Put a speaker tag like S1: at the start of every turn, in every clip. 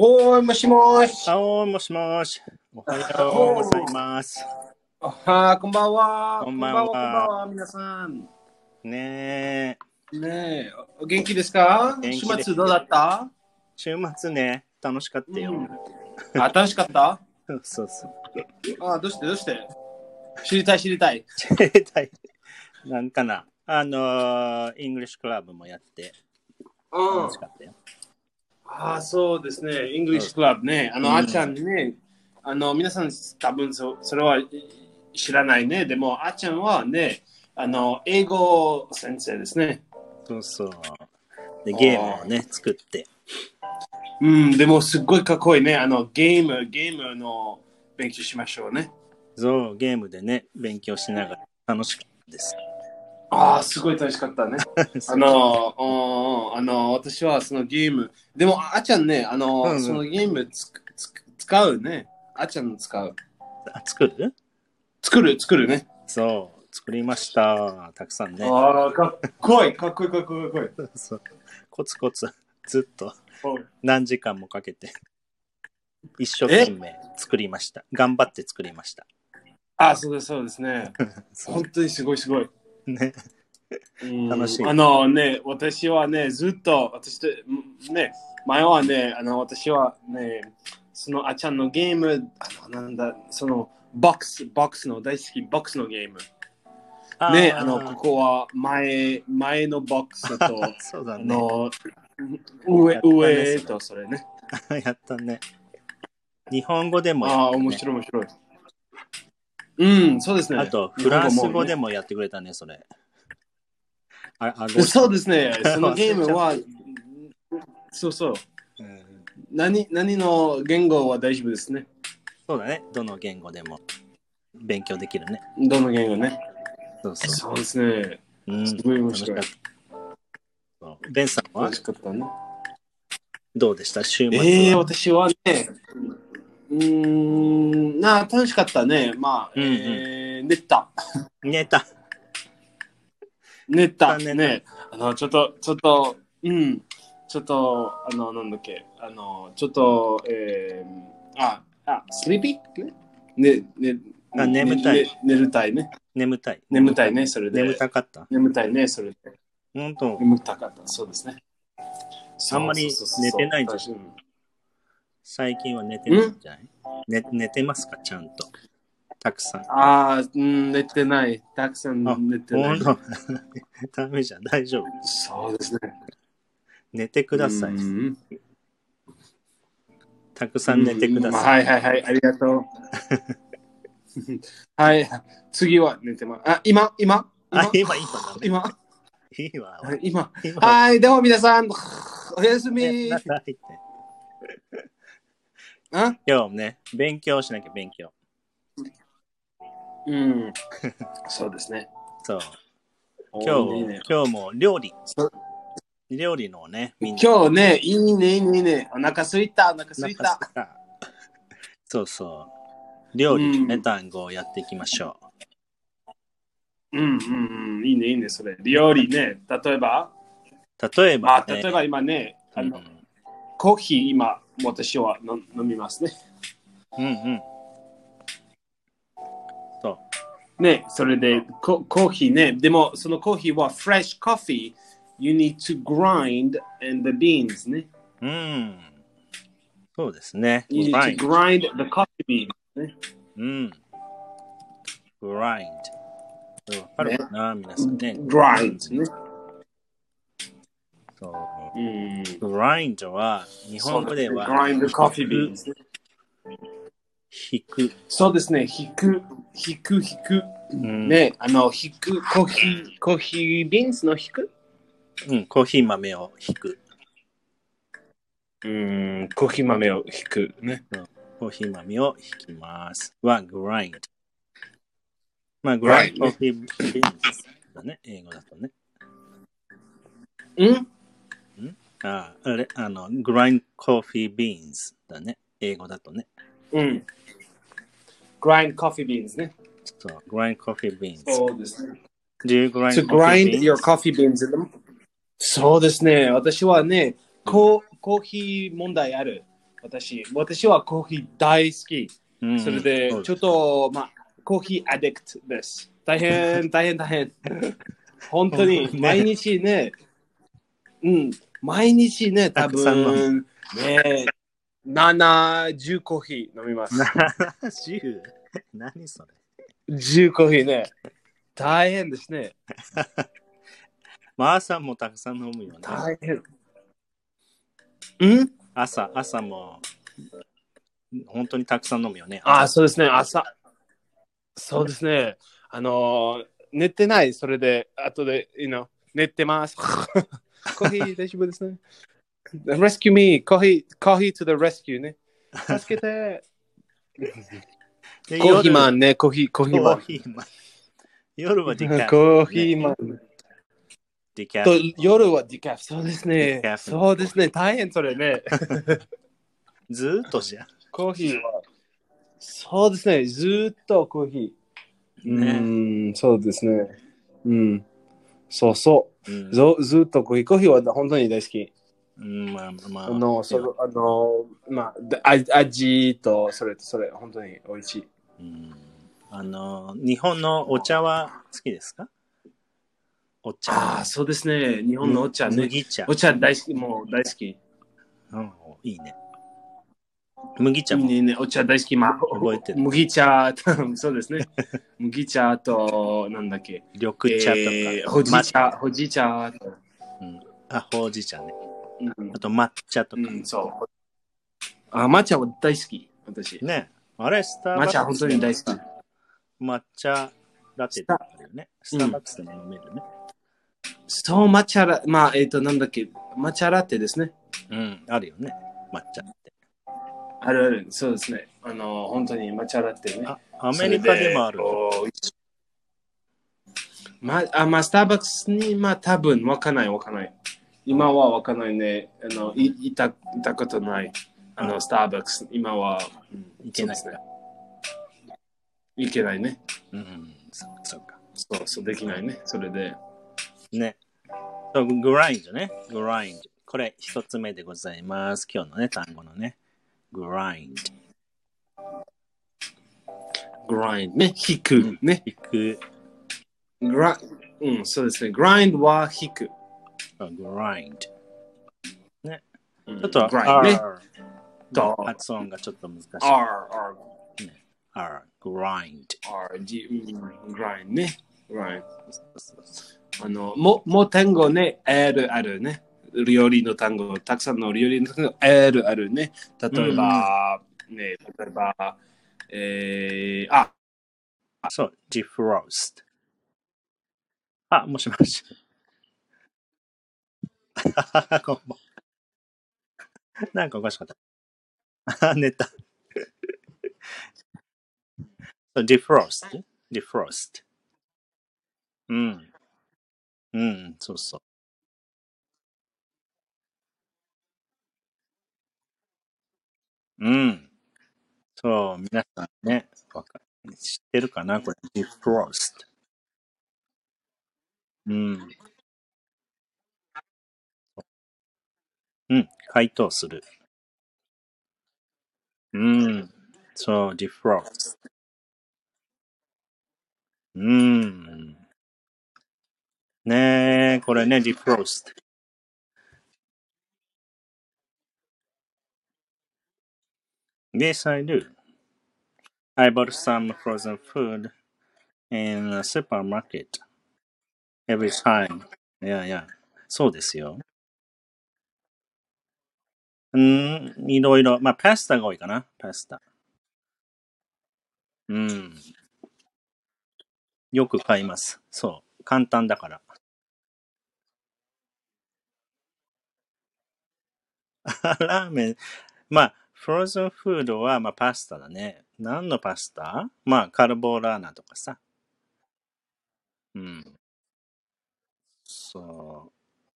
S1: おーい、もしもーし。
S2: あおーもしもし。おはようございます。
S1: はー、こんばんは。
S2: こんばんは
S1: こんばんは、こんばんは皆さん。
S2: ねえ、
S1: ねえ、お元気ですか
S2: 元気です
S1: 週末どうだ った
S2: 週末ね、楽しかったよ。
S1: うんあ、楽しかった
S2: そうそう。
S1: あ、どうしてどうして知りたい知りたい。
S2: 携帯、なんかな。あのー、イングリッシュクラブもやって、楽しかったよ。
S1: あ、そうですね。イングリッシュクラブね。あの、
S2: うん
S1: あーちゃんね、あの、皆さん多分そそれはい知らないね。でも、あーちゃんはね、あの、英語先生ですね。
S2: そうそう。で、ゲームをね、作って。
S1: うん、でもすっごいかっこいいね。あの、ゲーム、ゲームの勉強しましょうね。
S2: そう、ゲームでね、勉強しながら楽しかったです。
S1: ああ、すごい楽しかったね。 あの、うんうんあの、私はそのゲーム、でも、ああちゃんね、あの、
S2: うんうん
S1: そのゲームつくつく使うね。あちゃん使う。
S2: あ作る
S1: 作る、作るね。
S2: そう、作りました。たくさんね。
S1: ああ、かっこいい、かっこいい、かっこいい、かっこ
S2: そうコツコツ、ずっと。
S1: いい。
S2: 何時間もかけて一生懸命作りました頑張って作りました
S1: ああ、そうです、そうですね。
S2: そ
S1: 本当にすごい、すごい。
S2: うね
S1: うん
S2: 楽しい
S1: あのね、私はね、ずっと、私と、んね、前はね、あの、私はね、そのあちゃんのゲーム、あの、なんだ、その、ボックス、ボックスの、大好きボックスのゲーム。ね、あの、ここは前、前のボックス と、
S2: そう
S1: あ
S2: だね
S1: の、上、上と、それね。
S2: やったね日本語でもやったね
S1: ああ、面白い、面白い。うん、そうですね。
S2: あとフランス語で
S1: も。
S2: もやってくれたねそれああご
S1: そうですね、そのゲームは
S2: 忘れ、
S1: そうそう。
S2: うん
S1: 何何の言語は大丈夫ですね。
S2: そうだねどの言語でも勉強できるね
S1: どの言語ね。
S2: そうそう
S1: そうですね。
S2: うん
S1: すごい面白い
S2: 楽しかったそうベンさんは
S1: 楽しかったね。
S2: どうでした週末は
S1: ええ私はね、うーん、なあ楽しかったね。まあ、
S2: うんうん
S1: えー寝た。
S2: 寝た
S1: 寝た。
S2: 寝た
S1: ね
S2: ね
S1: あの、ちょっと、ちょっと、うん、ちょっと、あの、なんだっけ、あの、ちょっと、えー、あ、あ、スリーピーね、ね、ね、
S2: あ眠たい
S1: ね寝るたいね。
S2: 眠たい
S1: 眠たいね、それで。
S2: 眠たかった
S1: 眠たいね、それで。
S2: 本当
S1: 眠たかった、そうですね。
S2: あんまり寝てないじゃん
S1: そうそうそう
S2: 最近は寝てないんじゃない寝寝てますかちゃんと。たくさん。
S1: ああ、うん寝てない。たくさん
S2: あ
S1: 寝てない。
S2: ほんと ダメじゃん。大丈夫。
S1: そうですね。
S2: 寝てください。
S1: うん
S2: たくさん寝てくだ
S1: うん
S2: さい。
S1: はいはいはい、ありがとう。 はい、次は寝てます。あ、今、今、
S2: あ、
S1: 今、
S2: 今、今だね。
S1: 今、
S2: いいわ。
S1: 今。
S2: 今
S1: はい、でも皆さん、おやすみ
S2: 寝。なさいって
S1: あ
S2: 今日ね、勉強しなきゃ勉強。
S1: うん。 そうですね。
S2: そう。
S1: お
S2: 今
S1: ーい
S2: 日、
S1: いね
S2: 今日も料理
S1: そう。
S2: 料理のね、みんな。
S1: 今日ね、いいね、いいねいいね。お腹すいた、お腹すい
S2: お腹
S1: た。
S2: すいたそうそう。料理の
S1: う
S2: ね
S1: ん
S2: 単語をやっていきましょう。
S1: うんうんうん、いいね、いいね、それ。料理ね、例えば、
S2: 例えば
S1: あ、
S2: ね、
S1: 例えば今ね、あ
S2: うん
S1: のコーヒー今、私は飲飲みますね。
S2: うんうん。そう。
S1: ね、それでココーヒーね、でもそのコーヒーは fresh coffee, you need to grind and the beans ね。
S2: うん。そうですね。
S1: You need to
S2: grind。
S1: grind the coffee beans.
S2: うん。grind。そうわかるかな、皆さんね。
S1: grind ね。
S2: そう
S1: うん
S2: grind は、日本語では、
S1: grind the coffee beans ね。
S2: 引く。
S1: そうですね、引く、引く、引く。
S2: うん、
S1: ね、あの、引く、コーヒー、コーヒービーンズの引く
S2: うん、コーヒー豆を引く。
S1: うん、コーヒー豆を引くね。
S2: コーヒー豆を引きます。は、grind。まあ、
S1: Grind
S2: grind、コーヒービーンズだね。英語だとね。
S1: うん
S2: ああ、あれ、あの、grind coffee beans だね。英語だとね。
S1: うん。grind coffee beans ね。
S2: そう、grind coffee beans。
S1: そうですね。
S2: Do you grind
S1: To
S2: coffee
S1: grind
S2: beans?
S1: your coffee beans in them. そうですね。私はね、ココーヒー問題ある。私、私はコーヒー大好き。
S2: うん
S1: それで
S2: う、ん
S1: ちょっと、まあ、コーヒーアディクトです。大 変、大変、大変。本当に、
S2: ね
S1: 毎日ね、うん、毎日ね、多
S2: たくさん飲
S1: 分、ね、7、10コーヒー飲み ます。
S2: 70? 何それ
S1: 10コーヒーね。大変ですね。
S2: マーさんもたくさん飲むよね。
S1: 大変。うん
S2: 朝、朝も本当にたくさん飲むよね。
S1: あ、そうですね、朝。そうですね。あのー、寝てない、それで、後で、you know、寝て ます。コーヒー大丈夫ですね。Rescue me, コーヒー、コーヒー to the rescue ね。助けて。
S2: で
S1: コーヒーマ
S2: ン。
S1: ンね、コーヒー、コーヒー
S2: 夜
S1: マ
S2: コ
S1: ン
S2: ー。ヒーマン。夜はディキャップ。
S1: コーヒーマン。
S2: ディキャ
S1: と
S2: ッ
S1: 夜はディカフ。そうです
S2: デ
S1: ね
S2: ィカ。フ
S1: そうですね。大変それね。
S2: プ。ずーっとじゃん。
S1: コーヒーは。そうですね。ずーっとコーヒー。
S2: ね
S1: うん、そうですね。うん。そうそう。
S2: うん
S1: ずずっとコーヒー、コーヒーは本当に大好き。
S2: うん、まあまあ。
S1: あの、その、あの、まあ、で味味と、それとそれ、本当に美味しい。
S2: うんあの、日本のお茶は好きですかお茶。
S1: ああ、そうですね。日本のお茶ね。
S2: 麦茶。
S1: お茶大好き、もう大好き。
S2: うんいいね。麦茶
S1: いい
S2: も。
S1: ねいいね、お茶大好き、まあ、
S2: 覚えてる
S1: 麦茶、 そうですね。麦茶と、なんだっけ。
S2: 緑茶とか、
S1: えー、ほじ茶、ほじ茶と。
S2: あ、ほうじ茶ね。
S1: うん
S2: あと抹茶とか。
S1: うん、そう。あ、抹茶は大好き、私。
S2: ね。あれ、スターバ
S1: 抹
S2: ックスで
S1: 茶本当に大好き。
S2: 抹茶ラテとかあるよね。スターバックスでも飲めるね。
S1: そう、抹茶ラ、まあ、えっ、と、なんだっけ、抹茶ラテですね。
S2: うん、あるよね。抹茶って。
S1: あるある、そうですね。あの、本当に抹茶ラテね。
S2: あ、アメリカでもある
S1: そ。れで。こうまあ、まあ、スターバックスに、まあ、多分、わかんない、わかんない。今はわかんないね。あの、いいた、いたことない。あの、
S2: あ
S1: スターバックス、今は、うん
S2: 行けない
S1: そうですね。いけないね。
S2: うん、そうそうか。
S1: そう、そう、できないね。それで。
S2: ね。そうグラインドね。グラインド。これ一つ目でございます。今日のね、単語のね。グラインド。
S1: グラインドね。引く。ね。
S2: 引く。
S1: グラ、うん、そうですね。グラインドは引く。
S2: あグラインド。ち
S1: ち
S2: ょっと、
S1: グラインドね。
S2: R
S1: ドン
S2: 発音がちょっと難しい。
S1: R、R、
S2: R。グライン
S1: R、G、うんグラインドね。グラインド。
S2: ド。
S1: あの、も、も単語ね、あるあるね。料理の単語、たくさんの料理の単語、あるあるね。例えば、ね、例えば、えー、あ、
S2: あそう、ディフロースト。あ、もしもし。 こんばんはなんかおかしかった。あ、 寝た。そうディフロースト。ディフロースト。うん。うん、そうそう。うん。そう、皆さんね、わか知ってるかなこれ、ディフロースト。うん。うん、解凍する。うん。そう、ディフロースト。うん。ねえ、これね、ディフロースト。Yes, I do. I bought some frozen food in a supermarket every time. Yeah, yeah. そうですよ。うーん、いろいろ。まあ、パスタが多いかな。パスタ。うん。よく買います。そう。簡単だから。 ラーメン。まあ、フローズンフードは、まあ、パスタだね。何のパスタまあ、カルボラーナとかさ。うん。そう。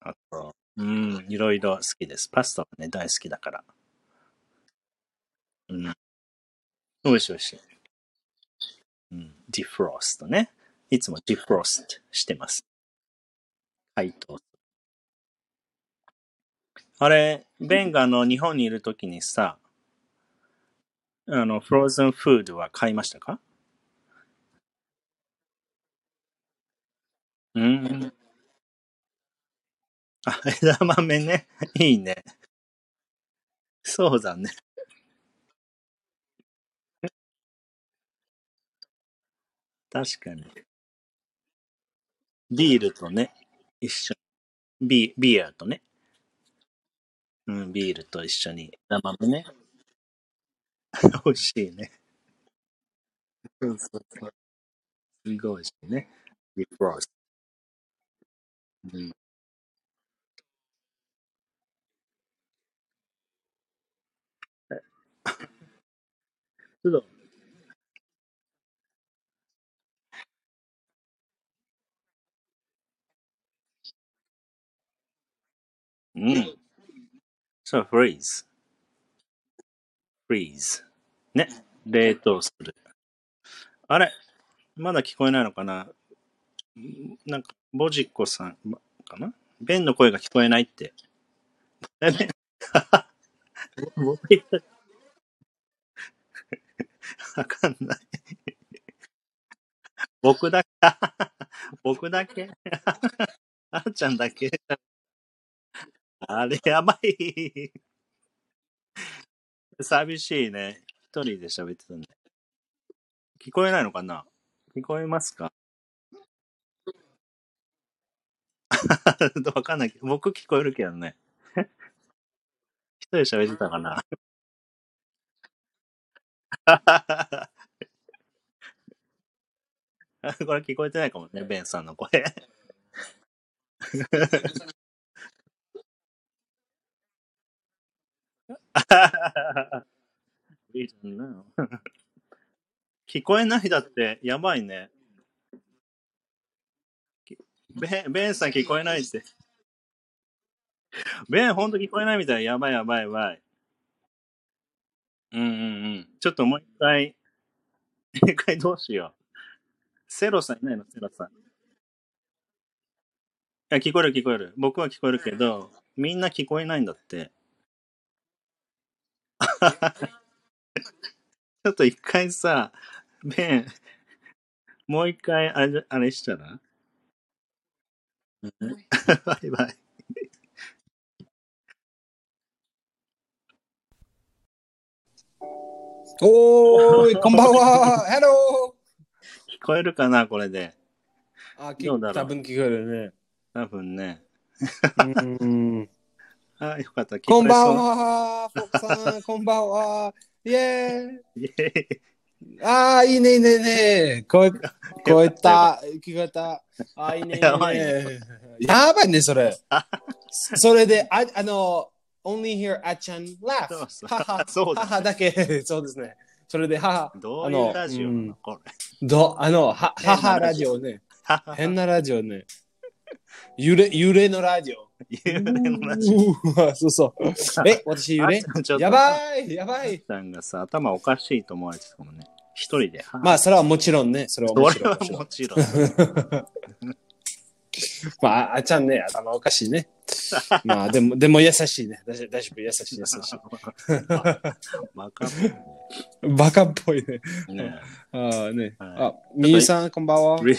S2: あと、うん、いろいろ好きです。パスタはね、大好きだから。うん。美味しい美味しい。うん。ディフローストね。いつもディフローストしてます。解凍。あれ、ベンがあの、日本にいるときにさ、あの、フローズンフードは買いましたかうん。あ、枝豆ね。いいね。そうだね。確かに。ビールとね、一緒に。ビビアとね。うん、ビールと一緒に。枝豆ね。 美味しいね。そうそうそう。すごい美味しいね。リフロース。うん。ちょっと、うん。そう、フリーズ。フリーズ。ね。冷凍する。あれまだ聞こえないのかななんか、ボジッコさんまかなベンの声が聞こえないって。 えベンボジッコわかんない。僕だけ、僕だけ、あーちゃんだけ。あれ、やばい。 寂しいね。一人で喋ってたね。聞こえないのかな聞こえますか わかんないけど、僕聞こえるけどね。一人で喋ってたかな これ聞こえてないかもね、ベンさんの声。We don't know 聞こえないだってやばいね。きベンベンさん聞こえないって。ベンほんと聞こえないみたい。やばいやばいやばい。うんうんうん。ちょっともう一回、一回どうしよう。セロさんいないのセロさん。いや、聞こえる聞こえる。僕は聞こえるけど、みんな聞こえないんだって。ちょっと一回さ、ベン、もう一回あれ、あれしたらバイバイ。
S1: おー い、こんばんは。ハロ
S2: 聞こえるかなこれで。
S1: ー。あ、
S2: ど
S1: き、
S2: う
S1: 多
S2: だろう
S1: 分聞こえる
S2: 多分ね。
S1: ね。うん。
S2: あ、よかった。聞
S1: こん
S2: こえ
S1: ばん
S2: そ
S1: は。フォクさん、こんばんは。イェーイ。
S2: う。イェーイ
S1: ああ、いいね、いいね、いいね。こえ、
S2: よ
S1: こ
S2: か
S1: え、
S2: ったよかった
S1: 聞こえた。ああ、いいね、
S2: た。
S1: いいね、いい
S2: やばいね。これ
S1: ね。やばいね、そ れ。
S2: あ
S1: そそれで、あ、あの、only hear あっちゃん laugh.
S2: そうそう。
S1: はは、
S2: そう
S1: は
S2: だ
S1: は
S2: ね。
S1: だけ。そうですね。それで、はは、
S2: ど
S1: あ
S2: ういう
S1: の、
S2: ラ
S1: う
S2: ジオなの
S1: ん、
S2: これ。
S1: ど、あの、は、は
S2: 変な
S1: は
S2: ラ
S1: ラ
S2: ジ
S1: ジオね。
S2: オ。はは
S1: 変
S2: は。
S1: なラジオね。揺れ、揺れのラジオ。う
S2: 幽霊のラジオ。
S1: ーそうそう。え、私揺
S2: あっ
S1: れ
S2: ちゃん、ちょっ
S1: や
S2: と、あ
S1: ばい、やば
S2: っ
S1: い。
S2: ちゃんがさ、頭おかしいと思われてたもんね。一人で。は
S1: まあ、それはもちろんね。それはも
S2: そ
S1: ち
S2: れ
S1: ろん、
S2: は
S1: もちろん。
S2: もちろん。
S1: まあ、あっちゃんね、頭おかしい ね。まあ、でも、でも優しいね。大丈夫、大丈夫優しい、優し
S2: バカ、バカっぽい
S1: い。バカっぽいね。
S2: ね。ね
S1: ああね。
S2: えは
S1: あ、
S2: い。ちょっ
S1: み
S2: と
S1: ゆさん、こんばんは。
S2: リ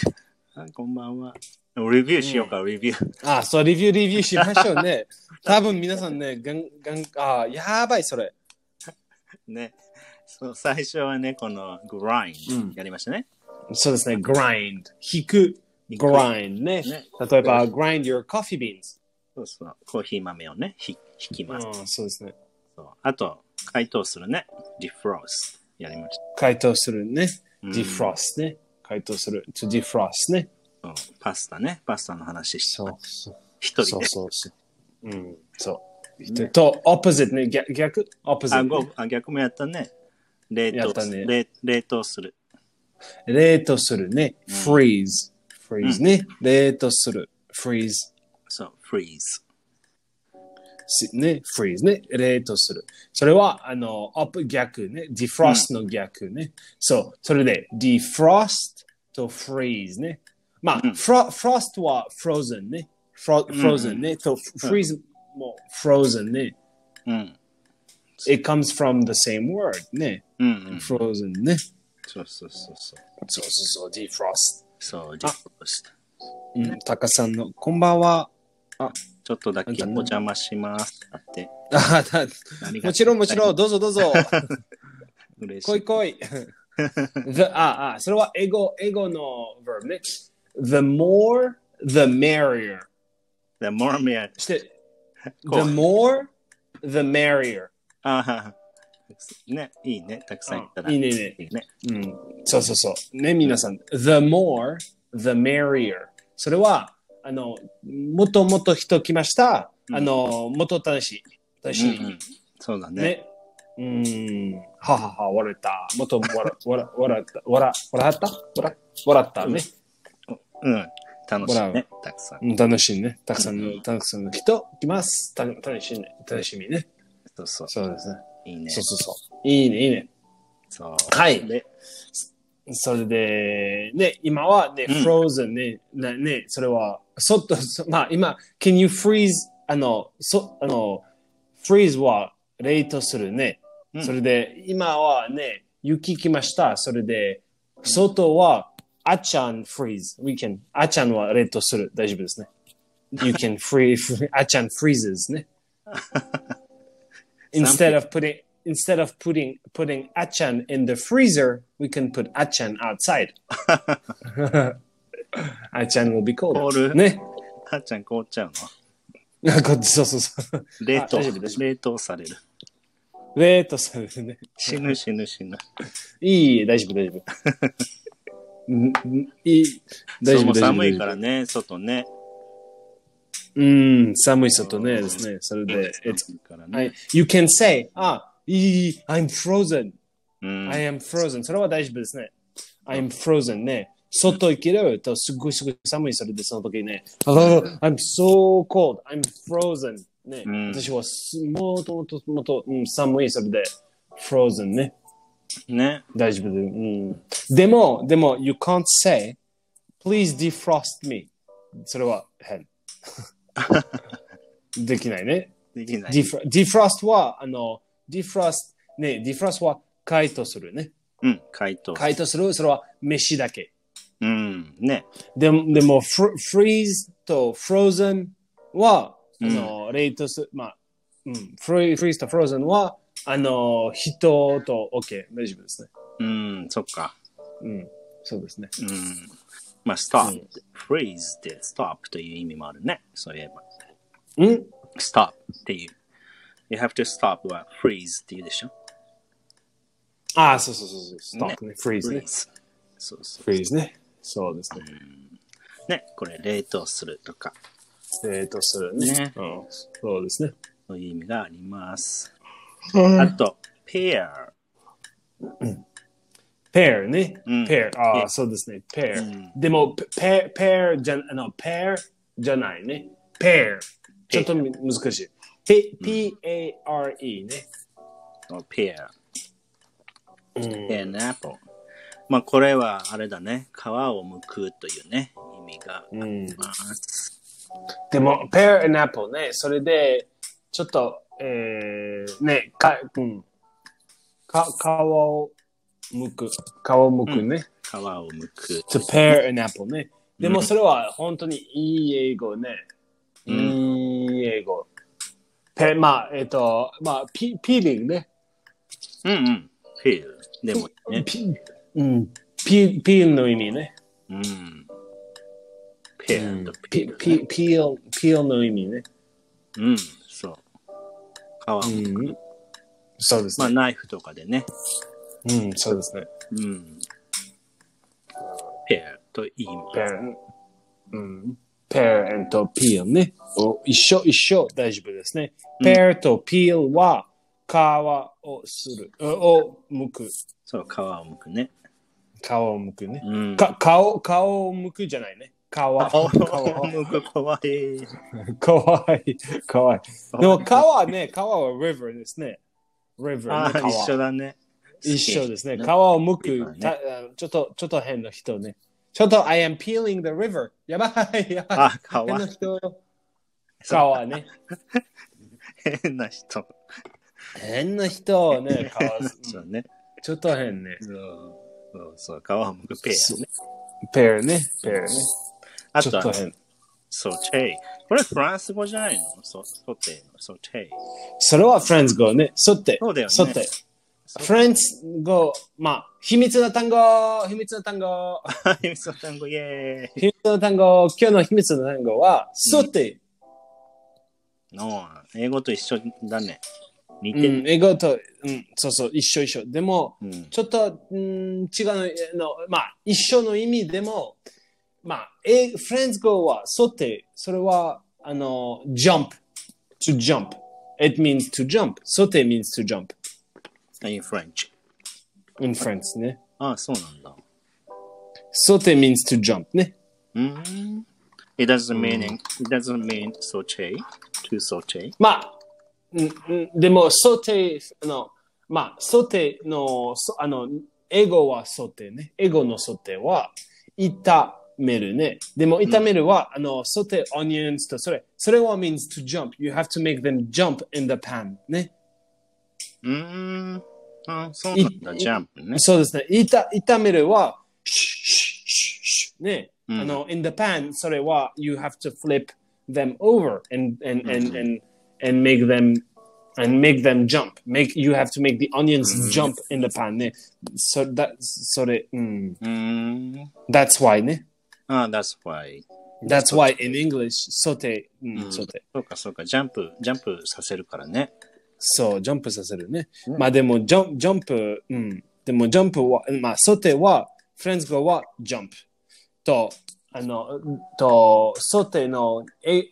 S2: あこんばんは。レビュー
S1: う。
S2: しようんか、レビュー。
S1: あ、そう、レビュー、レビューしましょうね。多分皆さんね、ガン、ガン、あ、やばい、それ。
S2: ね。そう最初はね、このグライン
S1: うん。
S2: やりましたね。
S1: そうですね、grind。引く、
S2: 引く。
S1: grind ね。
S2: ね。
S1: 例え
S2: コー
S1: ば、
S2: ヒー。
S1: grind your coffee beans。
S2: そうそう。コーヒー豆をね、ひ引きます。
S1: うん、そうですね。
S2: そうあと、解凍するね。ディフロース。やりました。
S1: 解凍するね。
S2: う
S1: defrost
S2: ん。
S1: ね。解凍する。to defrost ね。
S2: そうパスタね。パスタの話してた。
S1: そうそう。
S2: 一人
S1: そう
S2: で。
S1: そうそう。うん、そう。で
S2: ね。
S1: と、opposite ね。逆、逆
S2: あ、
S1: opposite
S2: ご、
S1: ね。
S2: あ、逆もやったね。冷
S1: やっ
S2: 凍
S1: た
S2: す、
S1: ね。
S2: 冷冷凍する。
S1: 冷凍するね。
S2: うん。
S1: freeze。
S2: う
S1: freeze
S2: ん。
S1: ね。冷凍する。freeze。
S2: そう、フリーズ。
S1: しね。freeze ね。冷凍する。それは、あの、op 逆ね。
S2: うん。
S1: defrost の逆ね。そう。それで、defrost と freeze ね。ま
S2: う
S1: あ、
S2: ん。
S1: fro frost は frozen ね。fro
S2: うんう
S1: frozen
S2: ん。
S1: ね。と
S2: うん。
S1: freeze もう frozen ね。
S2: うん。
S1: It comes from the same word ね。
S2: うん、うん。
S1: frozen ね。
S2: そうそうそうそう。
S1: そうそうそう、defrost。
S2: そう、リフロスト。
S1: うん、タカさんの、こんばん は。
S2: ちょっとだけお邪魔します。だって。
S1: あだ
S2: ありがとう
S1: もちろんもちろん、どうぞどう ぞ。
S2: 嬉し
S1: こい
S2: い。
S1: こい。the, ああ、それは英語、英語の verb ね。The more, the merrier.
S2: The more me
S1: して、the
S2: こう
S1: more, the merrier.
S2: ああ。ね、いいね。たくさんいったら。
S1: いいねいいね
S2: いいね。
S1: うん、そうそうそう。ね、皆さん。The more, the merrier. それは、あの、もっともっと人来ました。
S2: うん
S1: あの、もっと楽しい。楽しい。
S2: うんうんそうだね。
S1: ね。うん。ははは、笑った。もっと笑、笑、笑った。笑、笑った笑笑ったね。
S2: うん。楽し
S1: ブ
S2: い
S1: ラ
S2: ね。たくさん。
S1: うん、楽しいね。たくさん
S2: う
S1: の、たくさんの人来ます。た楽しいね。楽しみね。
S2: そうそう。
S1: そうですね。
S2: いいね。
S1: そうそうそう。いいね、いいね。
S2: そう。
S1: はい
S2: で、
S1: それで、ね、今はね、
S2: うん
S1: frozen ね、なね、それは、そっと、そまあ今、can you freeze? あの、そ、あの、freeze は冷凍するね。
S2: うん
S1: それで、今はね、雪来ました。それで、外は、あちゃん freeze。we can, あちゃんは冷凍する。大丈夫ですね。you can freeze, あちゃん freezes ね。instead of putting, instead of putting, putting あちゃん in the freezer, we can put あちゃん outside. あちゃん will be cold.
S2: 凍 る
S1: ね。
S2: はっちゃん凍っちゃうの
S1: なんかそうそうそう。
S2: 冷凍
S1: 大丈夫大丈。夫
S2: 冷凍される。
S1: 冷凍されるね。
S2: 死ぬ死ぬ死ぬ。
S1: いい、大丈夫、大丈夫。うんうんいい、大
S2: そ
S1: 丈夫、大
S2: うもう
S1: 丈夫。
S2: 寒いからね、外ね。
S1: うん、寒い外ね、ですね。それで、it's,
S2: 寒いからね。
S1: I, you can say, あ、いい、I'm frozen,
S2: うん。
S1: I am frozen. それは大丈夫ですね。I'm frozen ね。外行けると、すごいすごい寒い、それでその時ね。Oh, I'm so cold, I'm frozen. ね、
S2: うん
S1: 私はすもっともっともっと、うん、寒い、それで、frozen ね。
S2: ね。
S1: 大丈夫で。うん。でも、でも、you can't say, please defrost me. それは変。 できないね。
S2: できない。
S1: Defro- defrost は、あの、defrost、ね、defrost は解凍するね。
S2: うん。解凍。
S1: 解凍する、それは飯だけ。
S2: うん。ね。
S1: でも、でも、フ freeze と frozen は、あの、冷凍する、まあ、うん、free- freeze と frozen は、あの、人と OK、大丈夫ですね。
S2: うん。そっか。
S1: うん、そうですね。
S2: うん。まあ、
S1: う
S2: stop
S1: ん。
S2: freeze で stop という意味もあるね。そういえば。
S1: うん
S2: stop っていう。you have to stop は freeze っていうでしょ。
S1: ああ、そうそうそうそう。ストックね。フリーズね。
S2: freeze。そうそう。
S1: フリーズね。そうですね。
S2: ね。これ、冷凍するとか、
S1: えっと、それね
S2: ね。
S1: うんそうですね。
S2: そういう意味があります。
S1: あ
S2: あと、pair。
S1: ペアね。
S2: うん
S1: ペア。あ
S2: う
S1: あ、
S2: ん
S1: そうですね。ペ
S2: うん
S1: ア。でも、ペア、ペアじゃ、あの、ペアじゃないね。ペア。ちょっとみ難しい。P- P-A-R-E ね。
S2: pear。
S1: うん
S2: pineapple。まあ、これはあれだね。皮を剥くというね、意味があ
S1: うん
S2: ります。
S1: でも、ペア and apple ね。それで、ちょっと、えー、ね、か、うん。か、皮を剥く。皮を剥くね。
S2: 皮を剥く。
S1: to pair an apple ね。で
S2: う
S1: も
S2: ん
S1: それは本当にいい英語ね。
S2: うん
S1: いい英語。ペまあ、えっ、と、まあ、ピピーリングね。
S2: うんうん。pear。でもね。
S1: ピうん、ピピールの意味ね。
S2: うん。
S1: ピ
S2: pear と
S1: ピ
S2: pear
S1: ピピール、ピールの意味ね。
S2: うん。そう。皮を
S1: う
S2: 剥く。
S1: ん、そうです
S2: まあ、
S1: ね、
S2: ナイフとかでね。
S1: うん、そうですね。
S2: うん。pear と言います
S1: ペ。ア、うん。ペアとピールね。お一緒、一緒、大丈夫ですね。
S2: うん
S1: ペアとピールは皮をする、おを剥く。
S2: そう、皮を剥くね。
S1: 顔を向くね。
S2: うん。
S1: か顔顔を向くじゃないね。顔は。
S2: 顔を
S1: 顔
S2: 剥く、かわいい。
S1: かわいい。かわいい。でも川ね、川は river ですね。river、
S2: あ
S1: ね
S2: あ、
S1: 川
S2: 一緒だね。
S1: 一緒ですね。
S2: ね
S1: 川を向く
S2: river、ね
S1: たあちょっと、ちょっと変な人ね。ちょっと I am peeling the river. やばい。やばい
S2: あ、皮
S1: 変な人。川ね。
S2: 変な人。
S1: 変な人 ね、川。
S2: そうね。
S1: ちょっと変ね。
S2: そうそうそう、皮を剥くペアね。
S1: ペアね。ペアね。
S2: あ
S1: ちょ
S2: と
S1: っと
S2: は、
S1: 変。
S2: ソテイ。これフランス語じゃないのソソテイの、ソテイ。
S1: それはフランス語ね。そって。
S2: そうだよね
S1: そって。フランス語、まあ、秘密の単語、秘密の単語、
S2: はい、ソテン語、イェーイ。
S1: 秘密の単語、今日の秘密の単語は、そって、
S2: の英語と一緒だね。似
S1: う
S2: て
S1: ん
S2: る。
S1: 英語と、うん、そうそう、一緒一緒。でも、
S2: うん
S1: ちょっと、うん、違うの、まあ、一緒の意味でも、まあ、えフランス語は、そって、それは、あの、jump, to jump. It means to jump. そって means to jump.
S2: in French。
S1: in France ね。
S2: ああ、そうなんだ。
S1: そって means to jump ね。
S2: うん。It doesn't mean, it doesn't mean saute, to saute.
S1: まあ、うんうんでも、想定の、まあ、想定の、そあの、英語は想定ね。英語の想定は、炒めるね。でも、炒めるは、あの、想定 onions と、それ、それは means to jump. You have to make them jump in the pan ね。
S2: うん。あそうなんだ、
S1: い
S2: ジャンプね。
S1: そうですね。炒炒めるは、シュッシュッシュッシュッね。
S2: うん
S1: あの、in the pan、それは、you have to flip them over and, and, and, and, and make them and make them jump. Make, you have to make the onions jump in the pan ね。そ、だ、それ、うん。
S2: うん。
S1: That's why ね。
S2: ああ、that's why.
S1: That's why in English, ソテ、うん、
S2: うん
S1: ソテ。
S2: そうか、そうか、ジャンプ、ジャンプさせるからね。
S1: そう、ジャンプさせるね。
S2: うん
S1: まあでも、ジャンジャンプ、うん。でも、ジャンプは、まあ、ソテは、フレンズ語は、ジャンプ。と、あの、と、ソテの、え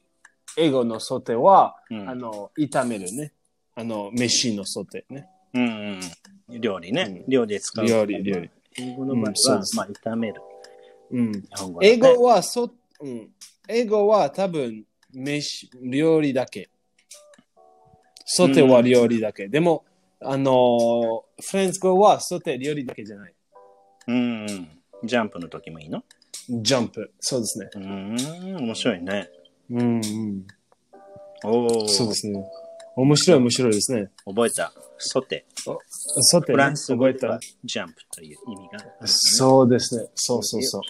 S1: 英語のソテは、
S2: うん
S1: あの、炒めるね。あの、飯のソテね。
S2: うん、うん。料理ね。
S1: うん
S2: 料理で使う。
S1: 料理料理。
S2: 英語の場合
S1: うんそう
S2: は、
S1: です
S2: まあ、炒める。
S1: うん。
S2: 日本語だね
S1: 英語は、そ、うん。英語は、多分、飯、料理だけ。ソテは料理だけ。でも、あの、フレンズ語は、ソテ料理だけじゃない。
S2: うんうん。ジャンプの時もいいの
S1: ジャンプ。そうですね。
S2: うん、面白いね。
S1: うん、うん。
S2: おお、
S1: そうですね。面白い、面白いですね。
S2: 覚えた。ソテ。
S1: さて、
S2: フランス
S1: 覚
S2: 語
S1: え
S2: では
S1: た。
S2: ジャンプという意味があるのね。
S1: そうですね。そうそうそう。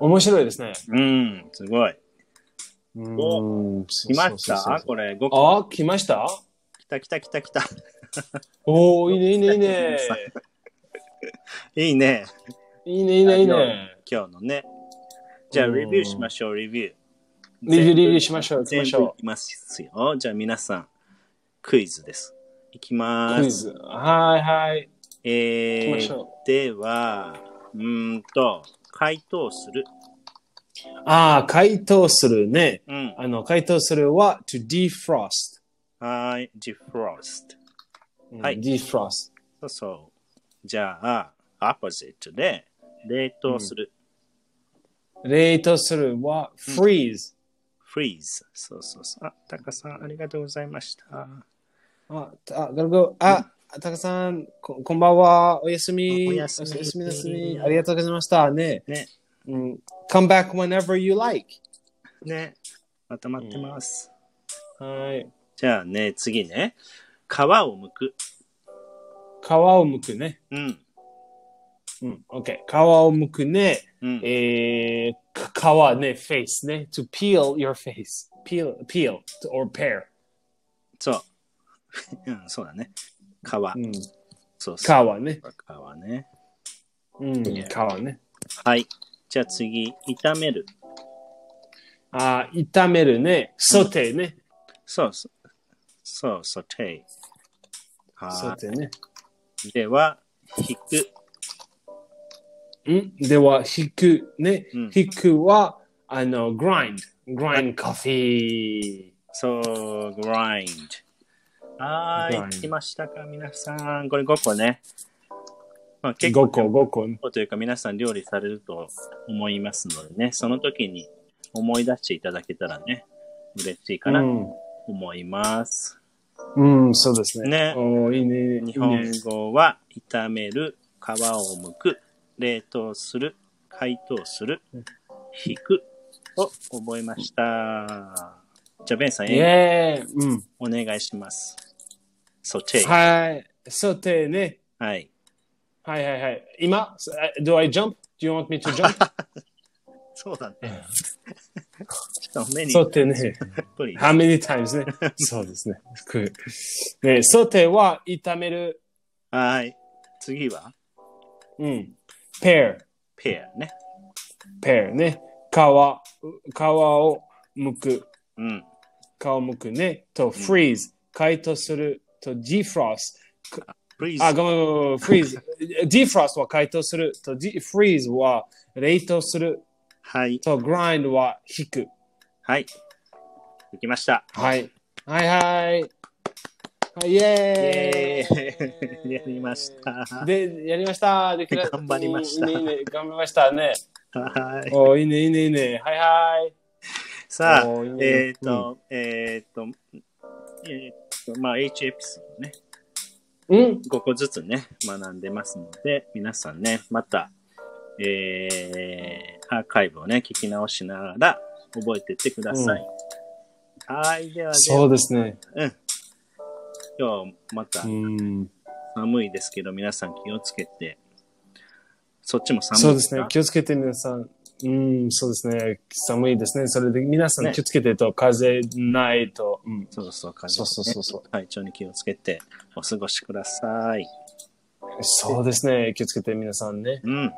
S1: 面白いですね。
S2: うん、すごい。
S1: うん。
S2: 来
S1: 来
S2: ましたこれ、5個。
S1: あ、来ました
S2: 来た来た来た来た。
S1: おおいいね、いいね、いいね。
S2: いいね。
S1: いいね、いいね、いいね。
S2: 今日のね。じゃあ、
S1: うん
S2: レビューしましょう、レビュー。
S1: リビュー、リビューしましょう、行き
S2: 全
S1: ま
S2: 部
S1: し
S2: い
S1: ょ
S2: きますよ。じゃあ、皆さん、クイズです。いきま
S1: う。
S2: ーす。
S1: クイズ。はい、はい。
S2: え
S1: 行きまし
S2: ー
S1: ょ、
S2: では、うーんと、回答する。
S1: ああ、解凍するね。
S2: うん。
S1: あの、解凍するは、to defrost。
S2: はーい、defrost。はい
S1: defrost。
S2: そうそう。じゃあ、opposite で、冷凍する。
S1: 冷凍するは、freeze。
S2: freeze。そうそうそう。あ、タカさん、ありがとうございました。
S1: あ、たあ、ガルゴ、あ、たかさん、こ、こんばんは。おやすみ。
S2: おやすみ
S1: おやすみなすみ。ありがとうございました。ね。
S2: ね、
S1: うん。Come back whenever you like.
S2: ね。また待ってます。
S1: はい。
S2: じゃあね、次ね。皮をむく。
S1: 皮を剥くね。
S2: うん。
S1: うん。OK。皮を剥くね。
S2: うん。
S1: えー、皮ね。face ね。to peel your face. peel, peel or pear.
S2: そう。うん、そうだね。皮。
S1: うん。
S2: そうそう。
S1: 皮ね。
S2: 皮ね。
S1: うん。皮ね。
S2: はい。じゃあ次、炒める。
S1: あー、炒めるね。ソテーね。
S2: そうそう。そう、ソテイ。
S1: ソ
S2: は
S1: テーね。
S2: い。では、引く。
S1: んでは、引くね
S2: うん。
S1: 引くは、あの、grind。grind coffee。
S2: そう、grind。はー
S1: grind
S2: い。来ましたか、皆さん。これ5個ね。まあ、結構
S1: 5個、5個。
S2: というか、皆さん料理されると思いますのでね、その時に思い出していただけたらね、嬉しいかなと思います。
S1: うん、うん、そうですね。
S2: ね
S1: おーいいね。いいね
S2: 日本語は、炒める、皮を剥く、冷凍する、解凍する、引くを覚えました。じゃあ、ベンさん、
S1: イェーイ。うん。
S2: お願いします。ソテー。はい。
S1: はい。そうてね。はいはいはい。今、そあ do I jump? Do you want me to jump?
S2: そうだね。ちょっと目に
S1: そうてね。
S2: たっぷり。
S1: How many times ね。そうですね。くね、そうては炒める。
S2: はい。次は、
S1: うん。pear,
S2: ペアね。
S1: pear ね。皮、皮を剥く。
S2: うん。
S1: 皮を剥くね。と freeze, 解凍する。と defrost,
S2: プリーズ。
S1: あ、ごめんごめんごめん。フリー ズ。ディフロストは解凍する。と、ディフリーズは冷凍する。
S2: はい。
S1: と、グラインドは引く。
S2: はい。できました。
S1: はい。はいはい。はい、イェ
S2: え
S1: ーイ
S2: ー、 やりました。
S1: で、やりました。できる
S2: 頑張りました
S1: うんいいね、いいね。頑張りましたね。
S2: はい。
S1: おいいね、いいね、いいね。はいはい。
S2: さあ、
S1: おーいいね
S2: えっ、と、えっ、と、えっ、と、まあ、H エピソードね、
S1: うん。
S2: 5個ずつね、学んでますので、皆さんね、また、えー、アーカイブをね、聞き直しながら、覚えてってください。はい、では、で
S1: そ
S2: は
S1: うですね。
S2: 今日また
S1: うん。
S2: 寒いですけど、皆さん気をつけて、そっちも寒い
S1: そうですね
S2: か。
S1: 気をつけて皆さん。うん、そうですね。寒いですね。それで皆さん
S2: ね
S1: 気をつけてと、風邪ないと。うん。
S2: そうそう、風
S1: そうそうそうそう
S2: ね体調に気をつけてお過ごしください。
S1: そうですね。気をつけて皆さんね。
S2: うん。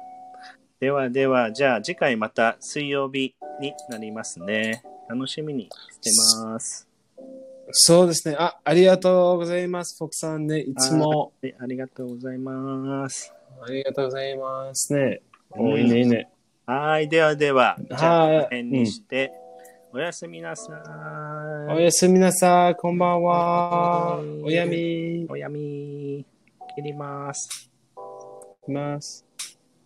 S2: ではでは、じゃあ次回また水曜日になりますね。楽しみにしてます。
S1: そうですね。あ、ありがとうございます。フォクさんね。いつも
S2: はいありがとうございます。
S1: ありがとうございますね。
S2: うん
S1: おいいね、いいね。
S2: はい、ではでは、じゃ
S1: は
S2: あ
S1: い
S2: この辺にして、おやすみなさ
S1: お
S2: い。
S1: やすみなさい。こんばんは
S2: う。ん
S1: おやみ。い
S2: おやみ、切ります。
S1: きます。